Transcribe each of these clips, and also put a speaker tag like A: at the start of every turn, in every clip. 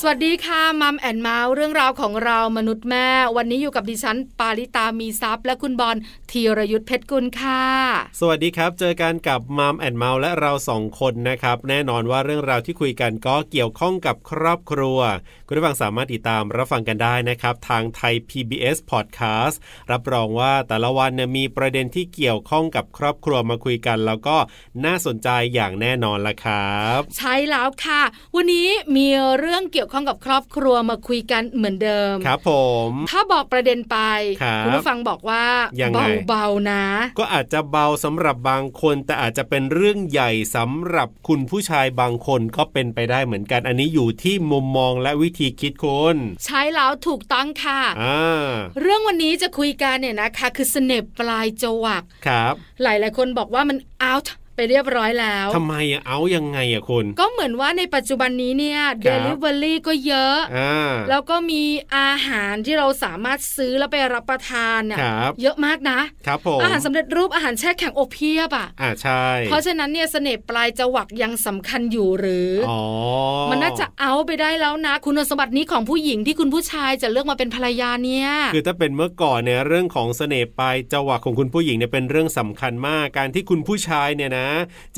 A: สวัสดีค่ะมัมแอนเมาส์เรื่องราวของเรามนุษย์แม่ วันนี้อยู่กับดิฉัน ปาริตามีซัพย์ และคุณบอลธีรยุทธเพชรกุลค่ะ
B: สวัสดีครับ เจอกันกับมัมแอนเมาและเราสองคนนะครับ แน่นอนว่าเรื่องราวที่คุยกันก็เกี่ยวข้องกับครอบครัว คุณผู้ฟังสามารถติดตามรับฟังกันได้นะครับ ทางไทย PBS Podcast รับรองว่าแต่ละวันเนี่ยมีประเด็นที่เกี่ยวข้องกับครอบครัวมาคุยกัน แล้วก็น่าสนใจอย่างแน่นอนละครับ
A: ใช่แล้วค่ะ วันนี้มีเรื่องเกี่ยวข้องกับครอบครัวมาคุยกันเหมือนเดิม
B: ครับผม
A: ถ้าบอกประเด็นไป
B: ครับ
A: ณผู้ฟังบอกว่าย
B: งไง
A: เบาๆนะ
B: ก็อาจจะเบาสำหรับบางคน แต่อาจจะเป็นเรื่องใหญ่สำหรับคุณผู้ชายบางคนก็เป็นไปได้เหมือนกัน อันนี้อยู่ที่มุมมองและวิธีคิดคน
A: ใช้แล้วถูกต้องค่ะ
B: อ่า
A: เรื่องวันนี้จะคุยกันเนี่ยนะคะ คือเสน่ห์ปลายจวัก
B: ครับ
A: หลายๆ คนบอกว่ามัน out ไปเรียบร้อยแล้ว
B: ทำไมอะเอายังไงอะคุณ
A: ก็เหมือนว่าในปัจจุบันนี้เนี่ย
B: ครับ
A: Delivery ก็เยอะ
B: อ่า
A: แล้วก็มีอาหารที่เราสามารถซื้อแล้วไปรับประทานเนี่ย
B: ครับ
A: เยอะมากนะ
B: ครับผม
A: อาหารสำเร็จรูปอาหารแช่แข็งอบเพียบอ่ะ
B: อ่าใช่
A: เพราะฉะนั้นเนี่ยเสน่ห์ปลายจวักยังสำคัญอยู่หรืออ
B: อ๋อ
A: มันน่าจะเอาไปได้แล้วนะ คุณสมบัตินี้ของผู้หญิงที่คุณผู้ชายจะเลือกมาเป็นภรรยาเนี่ย
B: คือถ้าเป็นเมื่อก่อนเนี่ยเรื่องของเสน่ห์ปลายจังหวะของคุณผู้หญิงเนี่ยเป็นเรื่องสำคัญมาก การที่คุณผู้ชายเนี่ยนะ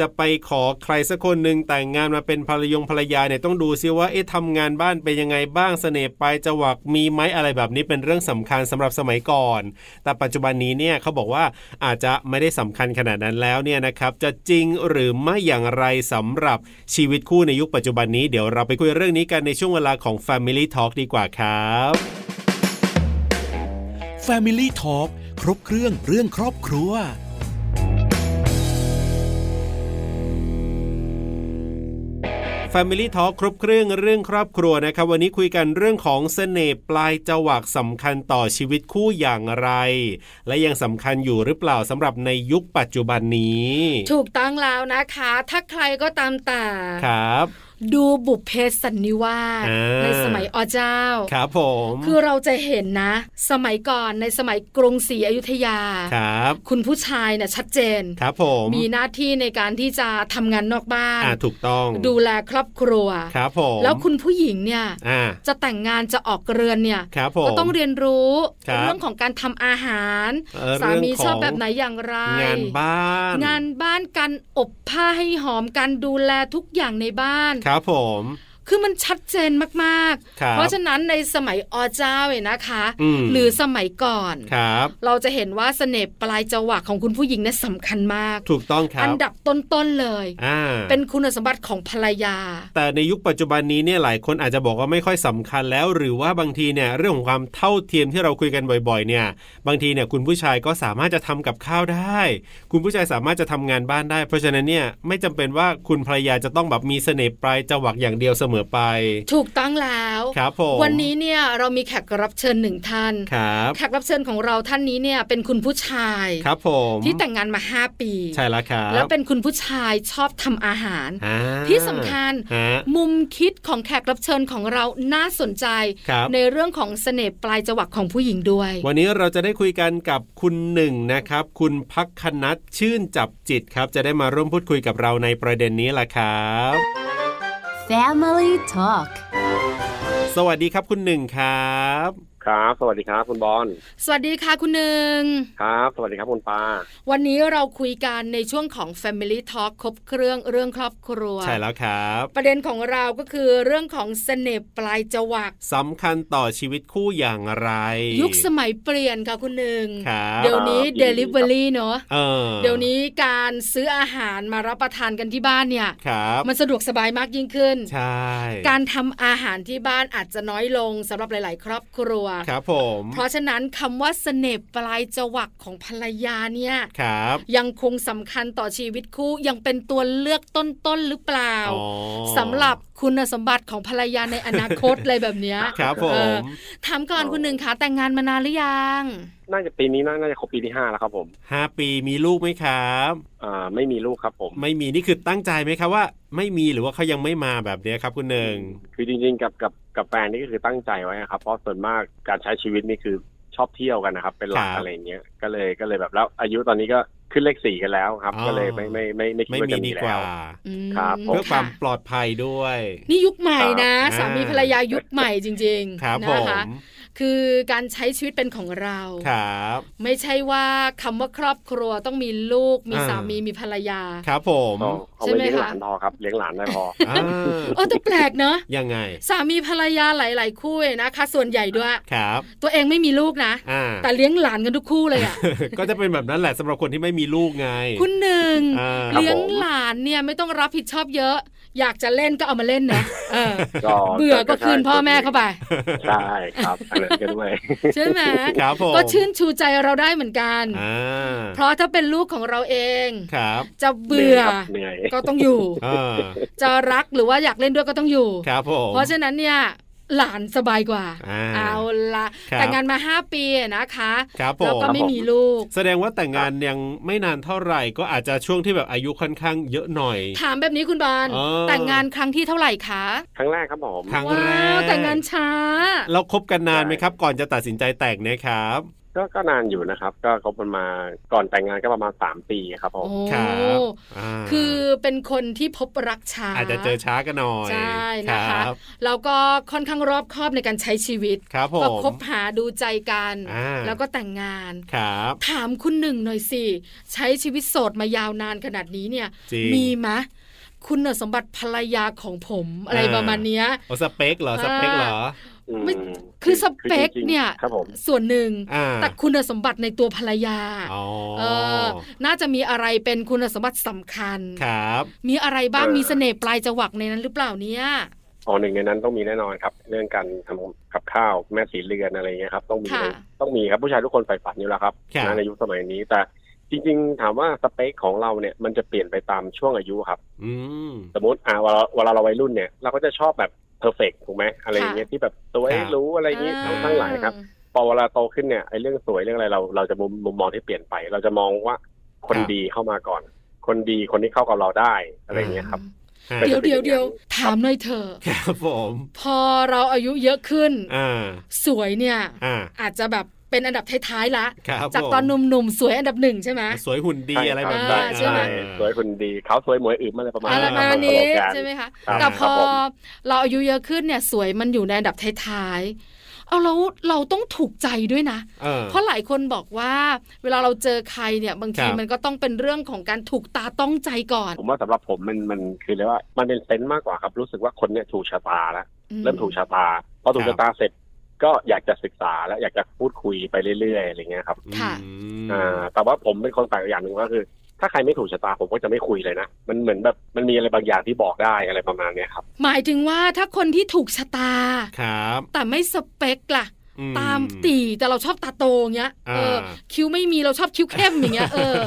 B: จะไปขอใครสักคนหนึ่งแต่งงานมาเป็นภรรยงภรรยาเนี่ยต้องดูซิว่าเอ๊ะทำงานบ้านเป็นยังไงบ้างเสน่ห์ปลายจังหวะมีไหมอะไรแบบนี้เป็นเรื่องสำคัญสำหรับสมัยก่อน แต่ปัจจุบันนี้เนี่ยเขาบอกว่าอาจจะไม่ได้สำคัญขนาดนั้นแล้วเนี่ยนะครับ จะจริงหรือไม่อย่างไรสำหรับชีวิตคู่ในยุคปัจจุบันนี้เดี๋ยวเราไปคุยเรื่องนี้กันในช่วงเวลาของ Family Talk ดีกว่าครับ
C: Family Talk ครบเครื่องเรื่องครอบครัว
B: f a m i l y ่ทอครบเครื่องเรื่องครอบครัวนะครับ วันนี้คุยกันเรื่องของเสน่ห์ปลายจวักสำคัญต่อชีวิตคู่อย่างไร และยังสำคัญอยู่หรือเปล่าสำหรับในยุคปัจจุบันนี้
A: ถูกต้องแล้วนะคะ ถ้าใครก็ตามแต่
B: ครับ
A: ดูบุพเพสันนิวาส
B: อ่า
A: ในสมัยอเจ้า
B: ครับผม
A: คือเราจะเห็นนะ สมัยก่อนในสมัยกรุงศรีอยุธยา
B: ครับ
A: คุณผู้ชายเนี่ยชัดเจน
B: ครับผม
A: มีหน้าที่ในการที่จะทำงานนอกบ้าน
B: อ่าถูกต้อง
A: ดูแลครอบครัว
B: ครับผม
A: แล้วคุณผู้หญิงเนี่ย
B: อ่า
A: จะแต่งงานจะออกเรือนเนี่ย
B: ครับผม
A: ก็ต้องเรียนรู้
B: ครับ
A: เรื่องของการทำอาหาร
B: เอ่อ
A: สามี
B: เรื่องของ
A: ชอบแบบไหนอย่างไร
B: งานบ้าน
A: งานบ้านการอบผ้าให้หอมการดูแลทุกอย่างในบ้าน
B: ครับผม
A: คือมันชัดเจนมาก
B: ครับ
A: ๆ เพราะฉะนั้นในสมัยอเจ้าเนี่ยนะคะ
B: อืม
A: หรือสมัยก่อน
B: ครับ
A: เราจะเห็นว่าเสน่ห์ปลายจวักของคุณผู้หญิงเนี่ยสำคัญมาก
B: ถูกต้องครั
A: อั
B: บ
A: นดับต้นๆเลย
B: อ่า
A: เป็นคุณสมบัติของภรรยา
B: แต่ในยุคปัจจุบันนี้เนี่ยหลายคนอาจจะบอกว่าไม่ค่อยสำคัญแล้ว หรือว่าบางทีเนี่ยเรื่องของความเท่าเทียมที่เราคุยกันบ่อยๆ เนี่ย บางทีเนี่ยคุณผู้ชายก็สามารถจะทำกับข้าวได้ คุณผู้ชายสามารถจะทำงานบ้านได้ เพราะฉะนั้นเนี่ยไม่จำเป็นว่าคุณภรรยาจะต้องแบบมีเสน่ห์ปลายจวักอย่างเดียวเสมอไป
A: ถูกต้องแล้ว
B: ครับผม
A: วันนี้เนี่ยเรามีแขกรับเชิญหนึ่งท่าน
B: ครับ
A: แขกรับเชิญของเราท่านนี้เนี่ยเป็นคุณผู้ชาย
B: ครับผม
A: ที่แต่งงานมา 5 ปี
B: ใช่แล้วครับ
A: แล้วเป็นคุณผู้ชายชอบทำอาหาร
B: อ่า
A: ที่สำคัญ
B: ฮะ
A: มุมคิดของแขกรับเชิญของเราน่าสนใจ
B: ครับ
A: ในเรื่องของเสน่ห์ปลายจวักของผู้หญิงด้วย
B: วันนี้เราจะได้คุยกันกับคุณหนึ่งนะครับ คุณพักคณัตชื่นจับจิตครับ จะได้มาร่วมพูดคุยกับเราในประเด็นนี้ล่ะครับ
D: Family Talk
B: สวัสดีครับคุณหนึ่งครับ
E: ครับ สวัสดีครับคุณบอล
A: สวัสดีค่ะคุณหนึ่ง
E: ครับ สวัสดีครับคุณปา
A: วันนี้เราคุยกันในช่วงของ Family Talk ครบเครื่องเรื่องครอบครัว
B: ใช่แล้วครับ
A: ประเด็นของเราก็คือเรื่องของเสน่ห์ปลายจวัก
B: สำคัญต่อชีวิตคู่อย่างไร
A: ยุคสมัยเปลี่ยนค่ะคุณหนึ่ง
B: ครับ
A: เดี๋ยวนี้ Delivery เนอะ
B: เออ
A: เดี๋ยวนี้การซื้ออาหารมารับประทานกันที่บ้านเนี่ย
B: ครับ
A: มันสะดวกสบายมากยิ่งขึ้น
B: ใช่
A: การทำอาหารที่บ้านอาจจะน้อยลงสำหรับหลาย ๆ ครอบครัว
B: ครับผม
A: เพราะฉะนั้นคำว่าเสน่ห์ปลายจวักของภรรยาเนี่ย
B: ครับ
A: ยังคงสำคัญต่อชีวิตคู่ยังเป็นตัวเลือกต้น ๆ หรือเปล่า
B: อ๋อ
A: สำหรับคุณสมบัติของภรรยาในอนาคต อะไรแบบเนี้ย
B: ครับผ
A: เออ
B: ม
A: ถามก่อนคุณหนึ่งคะแต่งงานมานานหรือยัง
E: น่าจะปีนี้น่าน่าจะครบปีที่ห้าแล้วครับผม
B: ห้าปีมีลูกไหมครับ
E: อ่าไม่มีลูกครับผม
B: ไม่มีนี่คือตั้งใจไหมครับว่า ไม่มีหรือว่าเขายังไม่มาแบบเนี้ยครับคุณหนึ่ง
E: คือจริงๆกับกับกับแฟนนี่ก็คือตั้งใจไว้นะครับ เพราะส่วนมากการใช้ชีวิตนี่คือชอบเที่ยวกันนะครับ เป็นหลักอะไรอย่างเงี้ยก็เลยก็เลยแบบแล้วอายุตอนนี้ก็ ขึ้นเลขสี่กันแล้วครับ
B: อ๋อ
E: ก็เลยไม่ไม่ไม่ไม่คิด
B: ไม่
E: ว่า
B: มี
E: จะมี
B: ดีกว่า
E: แล้
A: อืม
E: ครับผม
B: เพื่อความ
A: ะ
B: ปลอดภัยด้วย
A: นี่ยุคใหม่นะ
B: ครับ
A: สามีภรรยายุคใหม่จริง
B: ครับ
A: ๆ
B: ผ
A: นะคะ
B: ม
A: คือการใช้ชีวิตเป็นของเรา
B: ครับ
A: ไม่ใช่ว่าคำว่าครอบครัวต้องมีลูกมี
B: อ่า
A: สามีมีภรรยา
B: ครับผม
E: วเอาไว้เลี้ยงหลานพอครับเลี้ยงหลานได้พอ
B: อ่า
A: เออแต่แปลกเนอะ
B: ยังไง
A: สามีภรรยาหลาย ๆ คู่เนี่ยนะคะ ส่วนใหญ่ด้วย
B: ครับ
A: ตัวเองไม่มีลูกนะ
B: อ่า
A: แต่เลี้ยงหลานกันทุกคู่ เลยอ่ะ
B: ก็จะเป็นแบบนั้นแหละสำหรับคนที่ไม่มีลูกไง
A: คุณหนึ่ง
B: อ่า
A: เลี้ยง
E: ครับผม
A: หลานเนี่ยไม่ต้องรับผิดชอบเยอะ อยากจะเล่นก็เอามาเล่นนะเอ อ
E: ก็
A: เบื่อก็คืนพ่อแม่เข้าไป
E: ใช่ครับอันนั้นก็ด้วย
A: ใช่ไหม
B: ครับผม
A: ก็ชื่นชูใจเราได้เหมือนกัน
B: อ่า
A: เพราะถ้าเป็นลูกของเราเอง
B: ครับ
A: จะเบื่อ
E: เหนื่อยครับเหนื่อย
A: ก็ต้องอยู่
B: อ่า
A: จะรักหรือว่าอยากเล่นด้วยก็ต้องอยู่
B: ครับผม
A: เพราะฉะนั้นเนี่ยหลานสบายกว่า
B: อ่า
A: เอาละ
B: ครับ
A: แต่งงานมา 5 ปีนะคะ
B: ครับผ
A: แล้ว
B: ม
A: ก็ไม่มีลูก
B: แสดงว่าแต่งงานยังไม่นานเท่าไหร่ก็อาจจะช่วงที่แบบอายุค่อนข้างเยอะหน่อย
A: ถามแบบนี้คุณบอล
B: เออ
A: แต่งงานครั้งที่เท่าไหร่คะ
E: ครั้งแรกครับผม
B: ครั้งแร
A: ว้าว
B: ก
A: แต่งงานช้า
B: เราคบกันนานไหมครับ ก่อนจะตัดสินใจแต่งเนะครับ
E: ก็ก็นานอยู่นะครับ ก็คบกันมาก่อนแต่งงานก็ประมาณสามปีครับผ
A: โอ้
E: ม
B: ครับา
A: คือเป็นคนที่พบรักช้า
B: อาจจะเจอช้ากันหน่อย
A: ใช่นะคะ
B: รับ
A: แล้วก็ค่อนข้างรอบคอบในการใช้ชีวิต
B: ครับผ
A: ก็
B: ม
A: คบหาดูใจกัน
B: อ่า
A: แล้วก็แต่งงาน
B: ครับ
A: ถามคุณหนึ่งหน่อยสิ ใช้ชีวิตโสดมายาวนานขนาดนี้เนี่ย
B: จริง
A: มีมะ คุณสมบัติภรรยาของผมอะไรประมาณเนี้ย
B: โอสเปคเหรอสเปคเหรอ
E: อืม
A: ไม่คือสเปค
E: จริงๆ
A: เนี่ย
E: ครับผม
A: ส่วนหนึ่ง
B: อ่า
A: แต่คุณสมบัติในตัวภรรยา
B: อ๋อ
A: เออน่าจะมีอะไรเป็นคุณสมบัติสำคัญ
B: ครับ
A: มีอะไรบ้าง
E: เออ
A: มีเสน่ห์ปลายจวักในนั้นหรือเปล่าเนี่ย
E: อ๋อหนึ่งในนั้นต้องมีแน่นอนครับ เรื่องการทำกับข้าวแม่สีเรือนอะไรเงี้ยครับ ต้องมี
A: ค่ะ
E: เลยต้องมีครับผู้ชายทุกคนใฝ่ฝันอยู่แล้วครับ
B: ครับ
E: นะในยุคสมัยนี้ แต่จริง ๆ ถามว่าสเปคของเราเนี่ยมันจะเปลี่ยนไปตามช่วงอายุครับ
B: อืม
E: สมมติอ่าเวลาเวลาเราวัยรุ่นเนี่ยเราก็จะชอบแบบเพอร์เฟกถูกไหมอะไรอย่างเงี้ยที่แบบสวย
B: ครับ
E: รู้อะไรอย่างงี้
A: เอ
E: ทั้
A: อง
E: ทั้งหลายครับ พอเวลาโตขึ้นเนี่ยไอ้เรื่องสวยเรื่องอะไรเราเราจะมุมมุมมองที่เปลี่ยนไป เราจะมองว่าคน
B: ครับ
E: ดีเข้ามาก่อน คนดีคนที่เข้ากับเราได้อะไรอย่างเงี้ยครับ
B: า
A: เดี๋ยวเดี๋ยวเดี๋ยวถามหน่อยเถอะ
B: ครับผม
A: พอเราอายุเยอะขึ้น
B: อ่า
A: สวยเนี่ย
B: อ่า
A: อาจจะแบบเป็นอันดับท้ายๆละ
B: ครับ
A: จาก
B: ผม
A: ตอนหนุ่มๆ สวยอันดับหนึ่งใช่ไหม
B: สวยหุ่นดี
E: ใช่
B: อะไร
E: ค
B: แบบ บ
A: อ่า
B: นั้น
A: ใช่ไหม
B: อ่า
E: สวยคนดีเขาสวยหมวยอื่นอะไรประมาณ
A: อะไรประมาณ
E: ค
A: นี้
E: บ
A: ใช่ไหมคะ
E: ครับ
A: แต่พอ
E: ครับผม
A: เราอายุเยอะขึ้นเนี่ยสวยมันอยู่ในอันดับท้ายๆ เอาแล้วเราต้องถูกใจด้วยนะ
B: เออ
A: เพราะหลายคนบอกว่า เวลาเราเจอใครเนี่ยบางที
B: ครับ
A: มันก็ต้องเป็นเรื่องของการถูกตาต้องใจก่อน
E: ผมว่าสำหรับผมมันมันคือเรียกว่ามันเป็นเซนส์มากกว่าครับ รู้สึกว่าคนเนี่ยถูกชะตาแล้ว
A: อื
E: เริ่มถูกชะตาพอถูก
B: ครั
E: ชะ
B: บ
E: ตาเสร็จ ก็อยากจะศึกษาและอยากจะพูดคุยไปเรื่อยๆอะไรเงี้ยครับ
A: ค่ะ
B: อืม
E: อ่าแต่ว่าผมเป็นคนแปลกอย่างหนึ่งก็คือ ถ้าใครไม่ถูกชะตาผมก็จะไม่คุยเลยนะ มันเหมือนแบบมันมีอะไรบางอย่างที่บอกได้อะไรประมาณเนี้ยครับ
A: หมายถึงว่าถ้าคนที่ถูกชะตา
B: ครับ
A: แต่ไม่สเปคล่ะ
B: อื
A: ตามตีแต่เราชอบตาโตอย่างเงี้ย
B: อ่า
A: เออคิ้วไม่มีเราชอบคิ้วเข้มอย่างเงี้ยเออ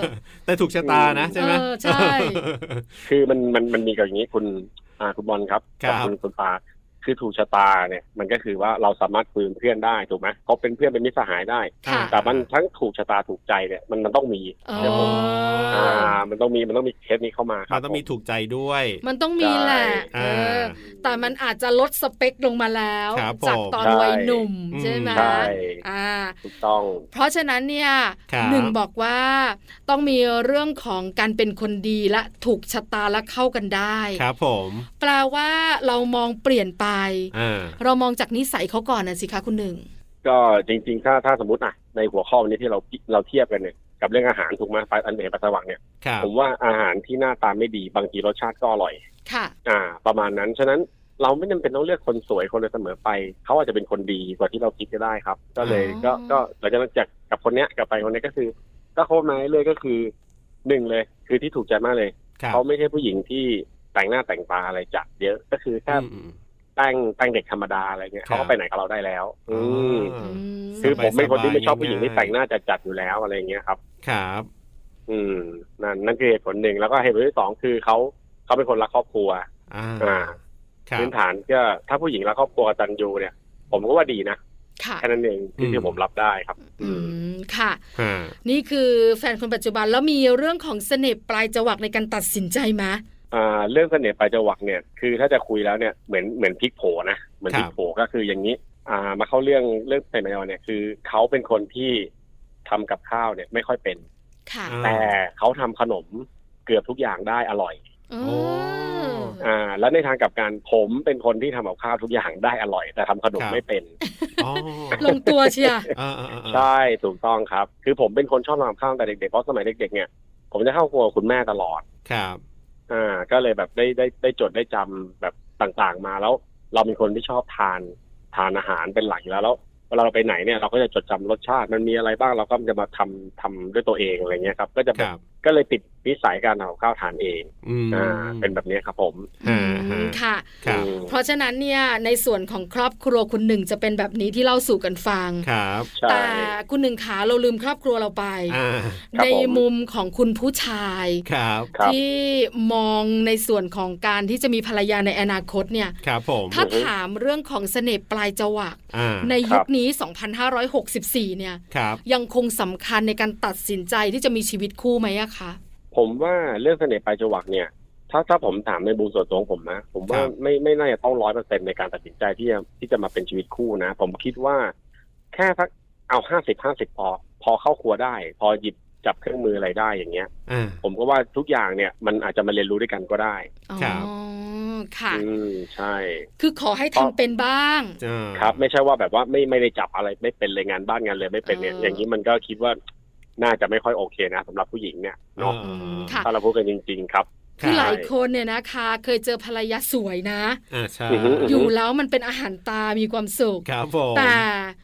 B: แต่ถูกชะตานะใช่ไหม
A: เออใช่
E: คือมันมันมันมีกับอย่างนี้คุณอ่าคุณบอลครับ
B: ครับ
E: กัคุณคุณปาคือถูกชะตาเนี่ยมันก็คือว่าเราสามารถคุยเป็นเพื่อนได้ถูกไหมเขาเป็นเพื่อนเป็นมิตรสหายได้
A: ค่ะ
E: แต่มันทั้งถูกชะตาถูกใจเนี่ยมันมันต้องมี
A: เอ
B: อ๋อ
A: อ
E: อ่ามันต้องมีมันต้องมีเคสนี้เข้ามาค
B: มั
E: รั
B: น
E: บ
B: ต้องมี
E: ผ
B: ถูกใจด้วย
A: มันต้องมีแหละ
B: ใช่
A: เอออา แต่มันอาจจะลดสเปคลงมาแล้ว
B: ครับ
A: จาก
B: ผม
A: ตอน
E: ใช่
A: วัยหนุ่ม
B: อืม
A: ใช่ไหม
E: ใช่
A: อ่า
E: ถูกต้อง
A: เพราะฉะนั้นเนี่ย
B: ครับ
A: หนึ่งบอกว่าต้องมีเรื่องของการเป็นคนดีและถูกชะตาและเข้ากันได้
B: ครับผม
A: แปลว่าเรามองเปลี่ยนไป
B: อ่า
A: เรามองจากนิสัยเขาก่อนนะสิคะคุณหนึ่ง
E: ก็จริง ๆ ถ้าถ้าสมมติอ่ะในหัวข้อวันนี้ที่เราเราเทียบกันเนี่ยกับเรื่องอาหารถูกไหมไปอันเดปัสสาวะเนี่ย
B: ครับ
E: ผมว่าอาหารที่หน้าตาไม่ดีบางทีรสชาติก็อร่อย
A: ค่ะ
E: อ่า ประมาณนั้น ฉะนั้นเราไม่จำเป็นต้องเลือกคนสวยคนเลยเสมอไป เขาอาจจะเป็นคนดีกว่าที่เราคิดก็ได้ครับ ก็เลย
A: อ๋อ
E: ก็ก็หลังจากนั้นจากกับคนเนี้ยกลับไปคนเนี้ยก็คือ ก็เข้ามาเลยๆก็คือหนึ่งเลย คือที่ถูกใจมากเลย
B: ครับ
E: เขาไม่ใช่ผู้หญิงที่แต่งหน้าแต่งตาอะไรจัดเยอะก็คือแค่
B: อืม
E: แต่งแต่งเด็กธรรมดาอะไรเงี้
B: ค
E: ย
B: รับ
E: เขาก็ไปไหนกับเราได้แล้ว อืม
B: อ่า
A: อืม
E: คือผมเป็นคนที่ไม่ชอบผู้หญิงที่
B: สบายๆ
E: แต่งหน้าจัดๆอยู่แล้วอะไรเงี้ยครับ
B: ครับ
E: อืมนั่นนั่นคือเหตุผลหนึ่งแล้วก็เหตุผลที่สองคือเขาเขาเป็นคนรักครอบครัว
B: อ่า
E: อ่า
B: ครับ
E: พื้นฐานก็ถ้าผู้หญิงรักครอบครัวกตันยูเนี่ย ผมก็ว่าดีนะ
A: ค่ะ
E: แค่นั้นเองที่
B: อืม
E: ที่ผมรับได้ครับ
A: อืม ค่ะ
B: ฮะ
A: นี่คือแฟนคนปัจจุบันแล้วมีเรื่องของเสน่ห์ปลายจวักในการตัดสินใจไหมะ
E: อ่าเรื่องเสน่ห์ปลายจวักเนี่ยคือถ้าจะคุยแล้วเนี่ยเหมือนเหมือนพลิกโผนะเหมือนพลิกโผก็คืออย่างนี้ อ่า มาเข้าเรื่องเรื่องเสน่ห์ปลายจวักเนี่ยคือเขาเป็นคนที่ทำกับข้าวเนี่ยไม่ค่อยเป็น
A: ค่ะ
B: อ่า
E: แต่เขาทำขนมเกือบทุกอย่างได้อร่อย
A: เอ
B: โอ้
A: อ
E: อ่า แล้วในทางกลับกันผมเป็นคนที่ทำกับข้าวทุกอย่างได้อร่อย แต่ทำขนม
B: ครับ
E: ไม่เป็น
B: อ๋อ
A: ลงตัวเชียร์
B: อ่าอ่าอ่า
E: ใช่ถูกต้องครับ คือผมเป็นคนชอบทำกับข้าวตั้งแต่เด็กๆเพราะสมัยเด็กๆเนี่ยผมจะเข้าครัวคุณแม่ตลอด
B: ครับ
E: อ่า ก็เลยแบบได้ได้ได้จดได้จำแบบต่างๆมาแล้ว เราเป็นคนที่ชอบทานทานอาหารเป็นหลักอยู่แล้วแล้วเวลาเราไปไหนเนี่ยเราก็จะจดจำรสชาติมันมีอะไรบ้างเราก็จะมาทำทำด้วยตัวเองอะไรเงี้ยครับ ก็จะ
B: ค
E: แบบ
B: รับ
E: ก็เลยติดนิสัยการทำกับข้าวทานเอง
B: อืม
E: อ่า เป็นแบบนี้ครับผม
A: อื
B: ฮะฮะ
A: มค่ะ
B: ครับ
E: อืม
A: เพราะฉะนั้นเนี่ยในส่วนของครอบครัวคุณหนึ่งจะเป็นแบบนี้ที่เล่าสู่กันฟัง
B: ครับ
E: ใช่
A: แต่คุณหนึ่งขาเราลืมครอบครัวเราไป
B: อ่า
E: ครับ
A: ใน
E: ผม
A: มุมของคุณผู้ชาย
B: ครับ
E: ครับ
A: ที่มองในส่วนของการที่จะมีภรรยาในอนาคตเนี่ย
B: ครับผม
A: ถ้าถามเรื่องของเสน่ห์ปลายจวัก
B: อ่า
A: ในยุคนี้ 2564 เนี่ย
B: ครับ
A: ยังคงสำคัญในการตัดสินใจที่จะมีชีวิตคู่ไหมอะคะ
E: ผมว่าเรื่องเสน่ห์ปลายจวักเนี่ย ถ้าถ้าผมถามในบูมส่วนตัวของผมนะ ผม
B: ค
E: ว่า
B: รับ
E: ไม่ไม่น่าจะต้องร้อยเปอร์เซ็นในการตัดสินใจที่จะที่จะมาเป็นชีวิตคู่นะ ผมคิดว่า แค่สักเอาห้าสิบห้าสิบพอ พอเข้าครัวได้ พอหยิบจับเครื่องมืออะไรได้อย่างเงี้ย
B: อ่า
E: ผมก็ว่าทุกอย่างเนี่ยมันอาจจะมาเรียนรู้ด้วยกันก็ได้
A: อ๋อ
B: ครับ
A: ค่ะ
E: อืมใช่
A: คือขอให้ทำเป็นบ้าง
B: อ่า
E: ครับ ไม่ใช่ว่าแบบว่าไม่ไม่ได้จับอะไรไม่เป็นเลยงานบ้านงานเลยไม่เป็นเนี่ย
A: เออ
E: อ
A: อ
E: ย่างนี้มันก็คิดว่าน่าจะไม่ค่อยโอเคนะสำหรับผู้หญิงเนี่ยเนาะ
B: อ่า
A: ค่ะ
E: ถ้าเราพูดกันจริง ๆ ครับ
A: คือหลาย
E: ใช่
A: คนเนี่ยนะคะ เคยเจอภรรยาสวยนะ
B: อ่าใช่
E: อือฮึอือฮึ
A: อยู่แล้วมันเป็นอาหารตามีความสุข
B: ครับผม
A: แต่